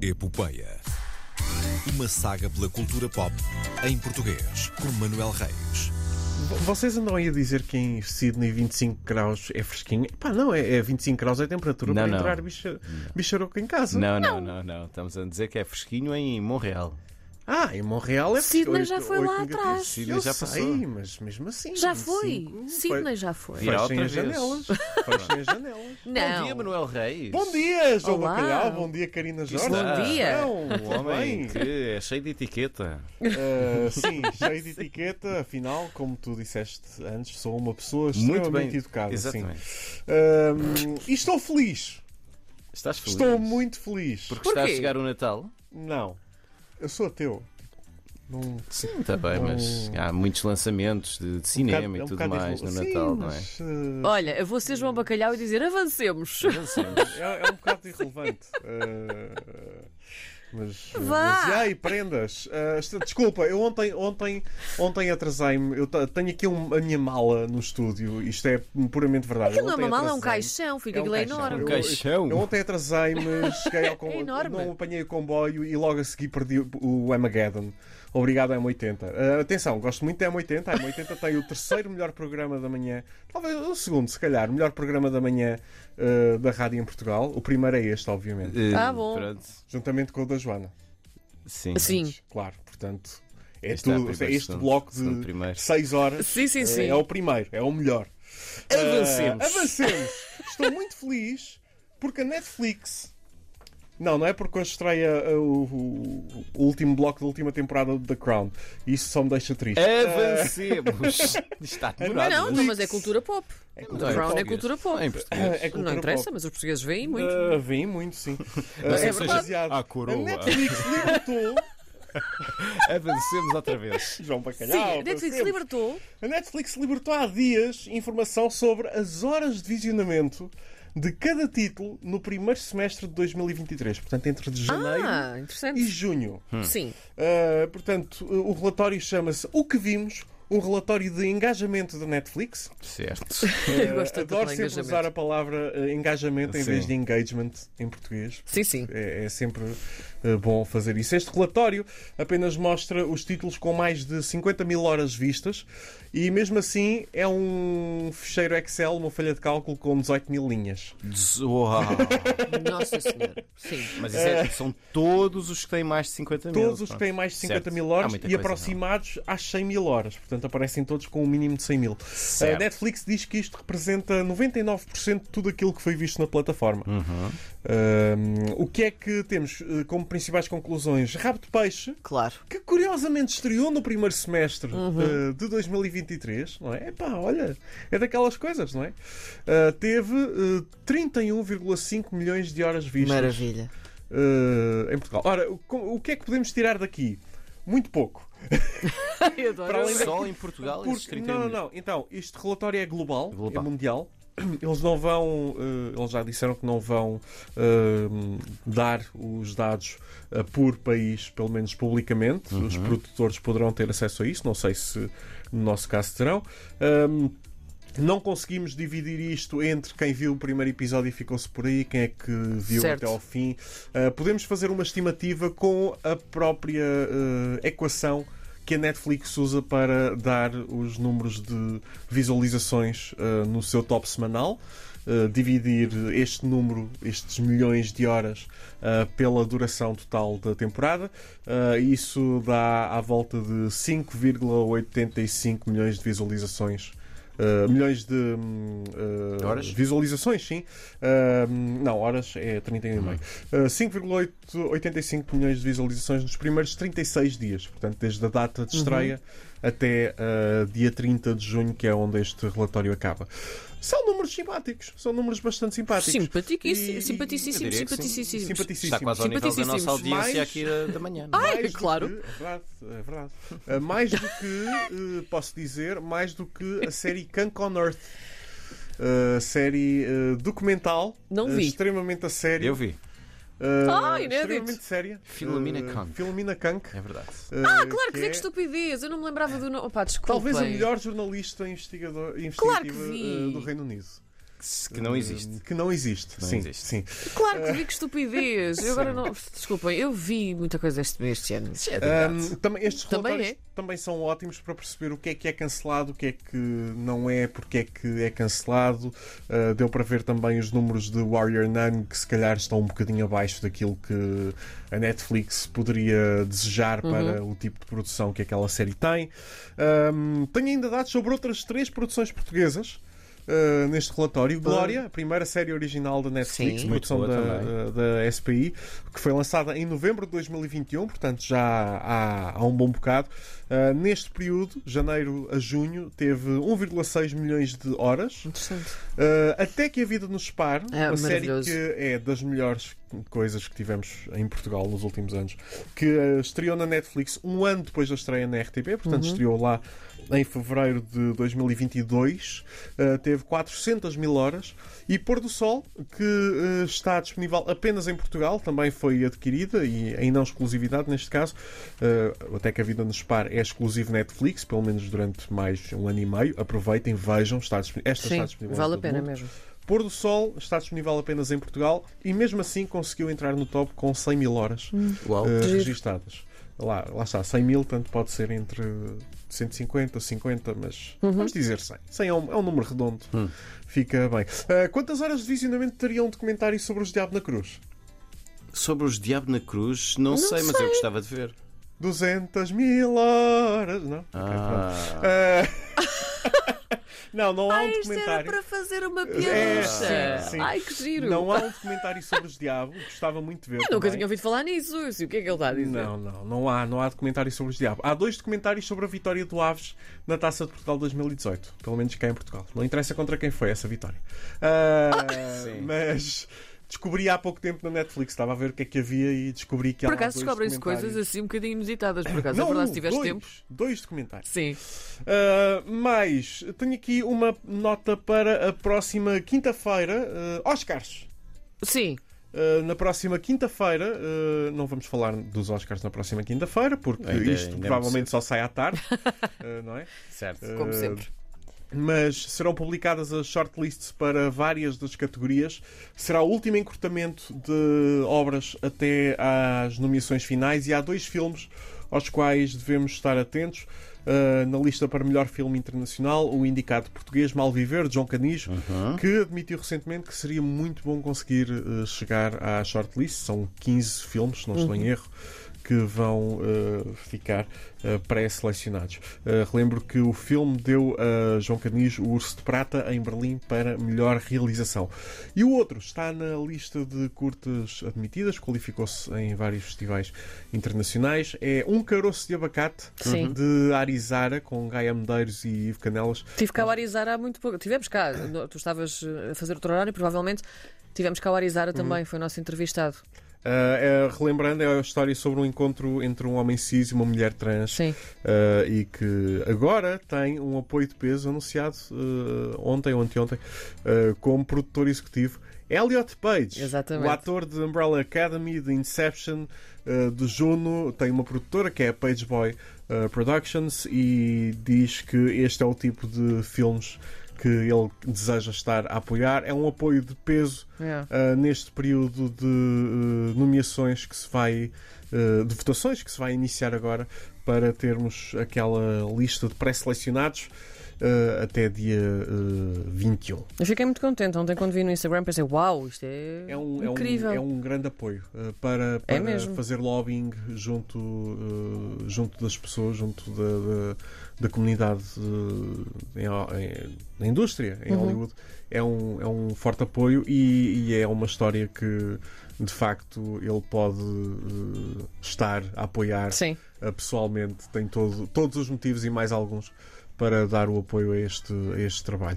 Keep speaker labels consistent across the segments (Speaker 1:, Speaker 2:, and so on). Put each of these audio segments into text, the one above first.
Speaker 1: Epopeia. Uma saga pela cultura pop em português, por Manuel Reis.
Speaker 2: Vocês andam aí a dizer que em Sydney 25 graus é fresquinho. Pá, não, é, é 25 graus é a temperatura
Speaker 3: Não,
Speaker 2: para
Speaker 3: não.
Speaker 2: entrar bicha, bicharoco em casa.
Speaker 3: Não, não, não, não. Estamos a dizer que é fresquinho em Montreal.
Speaker 2: Ah, em Montreal é
Speaker 4: Sydney
Speaker 2: oito-
Speaker 4: já foi
Speaker 2: oito
Speaker 4: lá
Speaker 2: negativos.
Speaker 4: atrás.
Speaker 3: Sydney
Speaker 2: Eu
Speaker 3: já
Speaker 2: sei,
Speaker 3: passou.
Speaker 2: mas mesmo assim.
Speaker 4: Já foi.
Speaker 2: 25,
Speaker 4: Sydney já foi.
Speaker 3: Virá
Speaker 2: Fechem
Speaker 3: outra
Speaker 2: as
Speaker 3: vez.
Speaker 2: janelas. Fechem as janelas.
Speaker 3: Bom dia,
Speaker 4: Não.
Speaker 3: Manuel Reis.
Speaker 2: Bom dia, João
Speaker 4: Olá.
Speaker 2: Bacalhau. Bom dia, Karina Jorge.
Speaker 3: está? Bom
Speaker 4: dia.
Speaker 2: Não, é
Speaker 3: Um
Speaker 2: tudo
Speaker 3: homem
Speaker 2: bem.
Speaker 3: que é cheio de etiqueta.
Speaker 2: Ah, sim, cheio de etiqueta. Afinal, como tu disseste antes, sou uma pessoa
Speaker 3: Muito
Speaker 2: extremamente
Speaker 3: bem.
Speaker 2: educada. sim.
Speaker 3: Exatamente.
Speaker 2: Ahm, e estou feliz.
Speaker 3: Estás feliz?
Speaker 2: Estou muito feliz.
Speaker 3: Porque está a
Speaker 4: Porquê?
Speaker 3: chegar o Natal?
Speaker 2: Não. Eu sou ateu. Não,
Speaker 3: Sim, está bem, mas há muitos lançamentos de, de
Speaker 2: Hum. é um
Speaker 3: cinema e tudo
Speaker 2: bocado
Speaker 3: mais
Speaker 2: deslo-
Speaker 3: no
Speaker 2: Sim,
Speaker 3: Natal, não é?
Speaker 2: mas, eh,
Speaker 4: Olha, eu vou ser João Bacalhau e dizer avancemos.
Speaker 2: é, é um bocado irrelevante. Eh, mas,
Speaker 4: Vá.
Speaker 2: mas- e ai, prendas. Eh, esta- desculpa, eu ontem, ontem, ontem atrasei-me. Eu ta- tenho aqui um- a minha mala no estúdio. Isto é puramente verdade.
Speaker 4: Aquilo
Speaker 2: Eu
Speaker 4: é
Speaker 2: ontem
Speaker 4: uma mala, é um
Speaker 2: atrasei-me.
Speaker 4: caixão, filho,
Speaker 2: É um
Speaker 4: aquilo é
Speaker 2: caixão.
Speaker 4: enorme.
Speaker 3: Um
Speaker 2: Eu-
Speaker 3: caixão.
Speaker 2: Eu ontem atrasei-me, cheguei ao
Speaker 4: É
Speaker 2: comboio,
Speaker 4: enorme.
Speaker 2: não apanhei o comboio e logo a seguir perdi o- o Armageddon. Obrigado, M80. Ah, atenção, gosto muito da M80. A M80 tem o terceiro melhor programa da manhã, talvez o segundo, se calhar, o melhor programa da manhã ah, da rádio em Portugal. O primeiro é este, obviamente.
Speaker 3: Eh,
Speaker 4: Ah, bom.
Speaker 3: Pronto.
Speaker 2: Juntamente com o da Joana,
Speaker 3: Sim.
Speaker 4: Sim.
Speaker 2: claro. Portanto, é
Speaker 3: Este é
Speaker 2: tudo.
Speaker 3: o primeiro,
Speaker 2: este
Speaker 3: segundo,
Speaker 2: bloco
Speaker 3: segundo,
Speaker 2: de
Speaker 3: primeiro.
Speaker 2: 6 horas
Speaker 4: Sim, sim,
Speaker 2: é,
Speaker 4: sim.
Speaker 2: é o primeiro, é o melhor.
Speaker 3: Avancemos.
Speaker 2: Ah, avancemos. Estou muito feliz porque a Netflix. Não, não é porque hoje estreia ah, o, o- o último bloco da última temporada de The Crown. Isso só me deixa triste.
Speaker 4: É,
Speaker 3: Avancemos. Está demorado.
Speaker 4: Não, não, mas é cultura pop.
Speaker 2: É
Speaker 3: Não,
Speaker 2: cultura
Speaker 3: em
Speaker 4: Brown é
Speaker 2: pop.
Speaker 3: português.
Speaker 4: cultura pop.
Speaker 3: Ah, em português.
Speaker 2: É cultura
Speaker 4: não interessa,
Speaker 2: pop.
Speaker 4: mas os portugueses veem muito.
Speaker 2: Ah, vem muito, sim. Ah,
Speaker 3: é
Speaker 2: é
Speaker 3: verdade.
Speaker 2: baseado.
Speaker 3: À coroa.
Speaker 2: A Netflix libertou. É.
Speaker 3: Avancemos outra vez.
Speaker 2: João Bacalhau.
Speaker 4: Sim, a
Speaker 2: para
Speaker 4: Netflix
Speaker 2: sempre.
Speaker 4: libertou.
Speaker 2: A Netflix libertou há dias informação sobre as horas de visionamento de cada título no primeiro semestre de 2023, portanto entre de janeiro
Speaker 4: Ah,
Speaker 2: e
Speaker 4: interessante.
Speaker 2: junho.
Speaker 4: Sim.
Speaker 2: Uh, portanto, o relatório chama-se O que Vimos, um relatório de engajamento da Netflix. Ah,
Speaker 3: Certo.
Speaker 4: Eu gosto tanto
Speaker 2: Adoro
Speaker 4: de
Speaker 2: sempre usar a
Speaker 4: engajamento.
Speaker 2: palavra uh, engajamento em
Speaker 3: Sim.
Speaker 2: vez de engagement em português.
Speaker 4: Sim, sim.
Speaker 2: É, é sempre eh, bom fazer isso. Este relatório apenas mostra os títulos com mais de 50 mil horas vistas e, mesmo assim, é um fecheiro Excel, uma folha de cálculo com 18 mil linhas.
Speaker 3: Uau.
Speaker 4: Nossa Senhora. Sim.
Speaker 3: Mas isso é- são todos os que têm mais de 50 mil.
Speaker 2: Todos os que têm mais de 50
Speaker 3: Certo.
Speaker 2: mil
Speaker 3: Há
Speaker 2: horas
Speaker 3: muita
Speaker 2: e
Speaker 3: coisa, é?
Speaker 2: aproximados às 100 mil horas. Portanto, aparecem todos com um mínimo de 100 mil. A
Speaker 3: Certo.
Speaker 2: Netflix diz que isto representa 99% de tudo aquilo que foi visto na plataforma.
Speaker 3: Uhum.
Speaker 2: Ahm, o que é que temos eh, como principais conclusões? Rabo de peixe.
Speaker 4: Claro. Uhum.
Speaker 2: que curiosamente estreou no primeiro semestre eh, de 2023, não é? Epá, olha, é daquelas coisas, não é? Eh, teve eh, 31,5 milhões de horas vistas
Speaker 4: Maravilha.
Speaker 2: eh, em Portugal. Ora, o, com- o que é que podemos tirar daqui? Muito pouco.
Speaker 4: Eu adoro.
Speaker 2: Para além da-
Speaker 3: Só em Portugal esses
Speaker 2: Porque,
Speaker 3: 30
Speaker 2: não, não,
Speaker 3: mil.
Speaker 2: não. Então, este relatório é global,
Speaker 3: Global.
Speaker 2: é mundial. Eles não vão, eh, eles já disseram que não vão eh, dar os dados eh, por país, pelo menos publicamente.
Speaker 3: Uhum.
Speaker 2: Os produtores poderão ter acesso a isso, não sei se no nosso caso terão. Ahm, não conseguimos dividir isto entre quem viu o primeiro episódio e ficou-se por aí, quem é que viu
Speaker 4: Certo.
Speaker 2: até ao fim. Ah, podemos fazer uma estimativa com a própria ah, equação que a Netflix usa para dar os números de visualizações ah, no seu top semanal. Ah, dividir este número, estes milhões de horas, ah, pela duração total da temporada. Ah, isso dá à volta de 5,85 milhões de visualizações Uh, milhões de hum, uh,
Speaker 3: Horas?
Speaker 2: visualizações, sim. Uh, hum, não, horas é 31,5. Uh, 5,85 milhões de visualizações nos primeiros 36 dias, portanto, desde a data
Speaker 3: Uhum.
Speaker 2: de estreia até uh, dia 30 de junho, que é onde este relatório acaba. São números simpáticos, são números bastante simpáticos.
Speaker 4: Simpaticíssimo,
Speaker 2: E-
Speaker 4: simpaticíssimo,
Speaker 3: eu diria que
Speaker 4: simpaticíssimo.
Speaker 2: Simpaticíssimo.
Speaker 3: Está quase ao nível da nossa
Speaker 4: Simpaticíssimos.
Speaker 3: audiência
Speaker 2: Mais-
Speaker 3: aqui da, da manhã. não é?
Speaker 4: Ai,
Speaker 2: Mais do
Speaker 4: claro.
Speaker 2: que- é verdade, é verdade. Uh, mais do que, uh, posso dizer, mais do que a série Kunk on Earth. Uh, série uh, documental.
Speaker 4: Não
Speaker 2: uh,
Speaker 4: vi.
Speaker 2: extremamente a sério.
Speaker 3: Eu vi,
Speaker 2: Uh,
Speaker 4: Ah, inédito.
Speaker 2: extremamente séria.
Speaker 3: Filomena
Speaker 2: Uh,
Speaker 3: Kunk.
Speaker 2: Filomena Kunk.
Speaker 3: é verdade.
Speaker 2: ah,
Speaker 4: Claro que
Speaker 2: é
Speaker 4: vem que estupidez. Eu não me lembrava do nome. Opa, desculpem.
Speaker 2: Talvez a melhor jornalista investigador, investigativa
Speaker 4: Claro que vi.
Speaker 2: uh, do Reino Unido.
Speaker 3: que não existe.
Speaker 2: Que não existe.
Speaker 3: Não
Speaker 2: sim,
Speaker 3: existe.
Speaker 2: sim.
Speaker 4: Claro
Speaker 2: É.
Speaker 4: que vi que estupidez. Eu agora não. Desculpem, eu vi muita coisa este mês, este ano.
Speaker 2: é
Speaker 4: Ah,
Speaker 2: Ahm, também estes
Speaker 4: Também
Speaker 2: relatórios também,
Speaker 4: é.
Speaker 2: são ótimos para perceber o que é que é cancelado, o que é que não é, porque é que é cancelado. Ah, deu para ver também os números de Warrior Nun, que se calhar estão um bocadinho abaixo daquilo que a Netflix poderia desejar
Speaker 4: Uhum.
Speaker 2: para o tipo de produção que aquela série tem. Ahm, tenho ainda dados sobre outras três produções portuguesas. ah, neste relatório, Glória, a primeira série original da Netflix,
Speaker 4: Sim.
Speaker 2: produção
Speaker 3: Muito boa
Speaker 2: da,
Speaker 3: também.
Speaker 2: eh, da SPI, que foi lançada em novembro de 2021, portanto já há, há um bom bocado. Uh, neste período, janeiro a junho, teve 1,6 milhões de horas.
Speaker 4: Interessante.
Speaker 2: Uh, Até que a Vida nos Separe,
Speaker 4: É,
Speaker 2: uma série
Speaker 4: maravilhoso.
Speaker 2: que é das melhores coisas que tivemos em Portugal nos últimos anos, que uh, estreou na Netflix um ano depois da estreia na RTP, portanto
Speaker 4: Uhum.
Speaker 2: estreou lá em fevereiro de 2022, uh, teve 400 mil horas, e Pôr do Sol, que uh, está disponível apenas em Portugal, também foi adquirida e em não exclusividade neste caso, uh, até que a Vida nos Separe é exclusivo Netflix, pelo menos durante mais um ano e meio, aproveitem, vejam, está disponível. é esta está
Speaker 4: Sim,
Speaker 2: disponível em
Speaker 4: vale a
Speaker 2: todo
Speaker 4: pena
Speaker 2: mundo.
Speaker 4: mesmo.
Speaker 2: Pôr do Sol está disponível apenas em Portugal e mesmo assim conseguiu entrar no top com 100 mil horas
Speaker 3: Uau.
Speaker 2: eh,
Speaker 4: Hum. Giro.
Speaker 2: registadas. Lá, lá está, 100 mil, tanto pode ser entre 150 ou 50, mas
Speaker 4: Uhum.
Speaker 2: vamos dizer 100. 100 é um, é um número redondo.
Speaker 3: Hum.
Speaker 2: Fica bem. Eh, quantas horas de visionamento teria um documentário sobre os Diabo na Cruz?
Speaker 3: Sobre os Diabo na Cruz, não, sei, mas eu gostava de ver.
Speaker 2: 200 mil horas, não? Ok, pronto.
Speaker 3: Ah,
Speaker 2: Eh, não, não há
Speaker 4: Ah,
Speaker 2: um
Speaker 4: isto era
Speaker 2: documentário.
Speaker 4: para fazer uma
Speaker 2: É,
Speaker 4: piaducha.
Speaker 2: sim, sim.
Speaker 4: Ai, que giro. Ah,
Speaker 2: Não há um documentário sobre os Diabo, gostava muito de ver.
Speaker 4: Eu nunca
Speaker 2: também.
Speaker 4: tinha ouvido falar nisso. E o que é que ele está a dizer?
Speaker 2: Não, não, não há, não há documentário sobre os diabos. Há dois documentários sobre a vitória do Aves na Taça de Portugal 2018, pelo menos cá em Portugal. Não interessa contra quem foi essa vitória. Ah,
Speaker 3: Sim.
Speaker 2: mas descobri há pouco tempo na Netflix, estava a ver o que é que havia e descobri que
Speaker 4: Por
Speaker 2: há
Speaker 4: acaso
Speaker 2: dois
Speaker 4: descobrem-se
Speaker 2: documentários.
Speaker 4: coisas assim um bocadinho inusitadas, por acaso. é
Speaker 2: Não,
Speaker 4: verdade, se
Speaker 2: um,
Speaker 4: tiveste
Speaker 2: dois,
Speaker 4: tempo.
Speaker 2: Dois documentários.
Speaker 4: Sim.
Speaker 2: Uh, mas tenho aqui uma nota para a próxima quinta-feira. uh, Oscars.
Speaker 4: Sim.
Speaker 2: Uh, na próxima quinta-feira, uh, não vamos falar dos Oscars na próxima quinta-feira, porque
Speaker 3: Ainda-
Speaker 2: isto
Speaker 3: ainda é muito
Speaker 2: provavelmente só sai à tarde, uh, não é?
Speaker 3: certo.
Speaker 4: Como
Speaker 2: Uh,
Speaker 4: sempre.
Speaker 2: Mas serão publicadas as shortlists para várias das categorias. Será o último encurtamento de obras até às nomeações finais e há dois filmes aos quais devemos estar atentos. Uh, na lista para melhor filme internacional, o indicado português Malviver, de João Canis, que admitiu recentemente que seria muito bom conseguir uh, chegar à shortlist. São 15 filmes, se não estou em erro que vão uh, ficar uh, pré-selecionados. Uh, relembro que o filme deu a João Canis o Urso de Prata em Berlim para melhor realização. E o outro está na lista de curtas admitidas, qualificou-se em vários festivais internacionais. É Um Caroço de Abacate,
Speaker 4: Sim.
Speaker 2: de Arizara, com Gaia Medeiros e Ivo Canelas.
Speaker 4: Tive cá o Arizara há muito pouco. Tivemos cá, no- tu estavas eh, a fazer outro horário, provavelmente. Tivemos cá o
Speaker 2: Uhum.
Speaker 4: Arizara também, foi o nosso entrevistado.
Speaker 2: Uh, é, relembrando, é a história sobre um encontro entre um homem cis e uma mulher trans.
Speaker 4: Sim.
Speaker 2: Uh, e que agora tem um apoio de peso anunciado uh, ontem, ontem, ontem, uh, como produtor executivo. Elliot Page,
Speaker 4: Exatamente.
Speaker 2: o ator de Umbrella Academy, de Inception, uh, de Juno, tem uma produtora que é a Page Boy uh, Productions e diz que este é o tipo de filmes que ele deseja estar a apoiar. É um apoio de peso
Speaker 4: É.
Speaker 2: Uh, neste período de uh, nomeações que se vai uh, de votações que se vai iniciar agora para termos aquela lista de pré-selecionados uh, até dia uh, 21.
Speaker 4: Eu fiquei muito contente. Ontem, quando vi no Instagram, pensei: Uau, isto é,
Speaker 2: É um, é um-
Speaker 4: incrível. É
Speaker 2: é um grande apoio uh, para, para
Speaker 4: mesmo.
Speaker 2: fazer lobbying junto, uh, junto das pessoas, junto da, da, da comunidade uh, em, em- na indústria,
Speaker 4: Uhum.
Speaker 2: em Hollywood. É um, é um forte apoio e, e é uma história que, de facto, ele pode uh, estar a apoiar
Speaker 4: Sim.
Speaker 2: uh, pessoalmente. Tem todo, todos os motivos e mais alguns para dar o apoio a este, a este trabalho.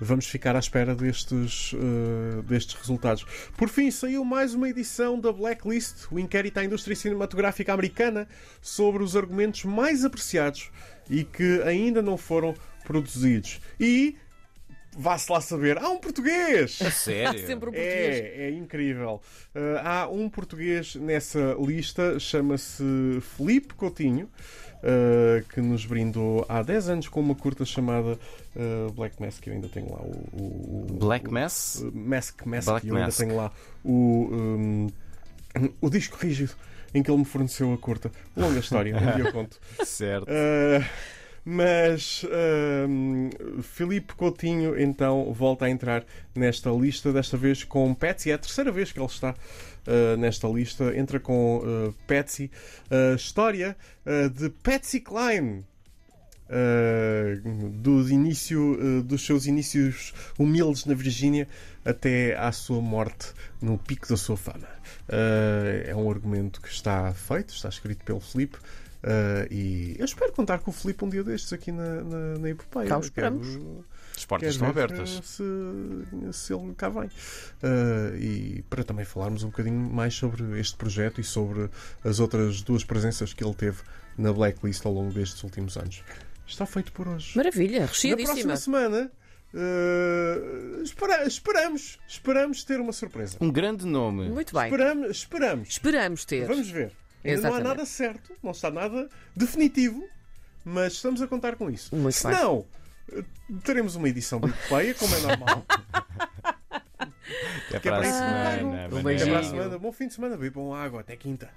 Speaker 2: Vamos ficar à espera destes, uh, destes resultados. Por fim, saiu mais uma edição da Blacklist, o inquérito à indústria cinematográfica americana, sobre os argumentos mais apreciados e que ainda não foram produzidos. E Vá-se lá saber. Há um português!
Speaker 3: A sério?
Speaker 4: Há sempre um português.
Speaker 2: É, é incrível. Uh, há um português nessa lista, chama-se Felipe Coutinho, uh, que nos brindou há 10 anos com uma curta chamada uh, Black Mask, que eu ainda tenho lá o. o-
Speaker 4: um-
Speaker 2: o-
Speaker 3: Black
Speaker 2: o-
Speaker 3: Mass?
Speaker 2: uh, Mask, Mask,
Speaker 3: Black
Speaker 2: eu ainda
Speaker 3: Mask.
Speaker 2: tenho lá o. um, o disco rígido em que ele me forneceu a curta. Longa história, um dia eu conto.
Speaker 3: Certo.
Speaker 2: Uh, mas um, Filipe Coutinho então volta a entrar nesta lista, desta vez com Patsy. É a terceira vez que ele está uh, nesta lista. Entra com uh, Patsy. Uh, história uh, de Patsy Klein. Uh, do início, uh, dos seus inícios humildes na Virgínia até à sua morte no pico da sua fama. Uh, é um argumento que está feito, está escrito pelo Filipe. uh, e eu espero contar com o Filipe um dia destes aqui na, na, na Epopeia. é
Speaker 4: Cá o esperamos.
Speaker 2: Quero-
Speaker 3: As
Speaker 2: quero
Speaker 3: portas estão
Speaker 2: ver,
Speaker 3: abertas.
Speaker 2: uh, Se, se ele cá vem. Uh, e para também falarmos um bocadinho mais sobre este projeto e sobre as outras duas presenças que ele teve na Blacklist ao longo destes últimos anos. Está feito por hoje.
Speaker 4: Maravilha,
Speaker 2: Na
Speaker 4: recheadíssima.
Speaker 2: próxima semana. uh, espera- esperamos, esperamos ter uma surpresa.
Speaker 3: Um grande nome.
Speaker 4: Muito bem.
Speaker 2: Esperamos, esperamos.
Speaker 4: Esperamos ter.
Speaker 2: Vamos ver. Ainda não há
Speaker 4: Exatamente.
Speaker 2: nada certo, não está nada definitivo, mas estamos a contar com isso.
Speaker 4: Muito
Speaker 2: Se
Speaker 4: bem.
Speaker 2: não, eh, teremos uma edição de Epopeia, como é normal.
Speaker 3: Até
Speaker 2: que é
Speaker 3: para
Speaker 2: para
Speaker 3: a
Speaker 2: a
Speaker 3: semana.
Speaker 2: semana.
Speaker 4: Um
Speaker 3: É
Speaker 2: Até para a
Speaker 4: beijinho.
Speaker 3: Manel.
Speaker 2: semana. Bom fim de semana. Bebam água. Até quinta.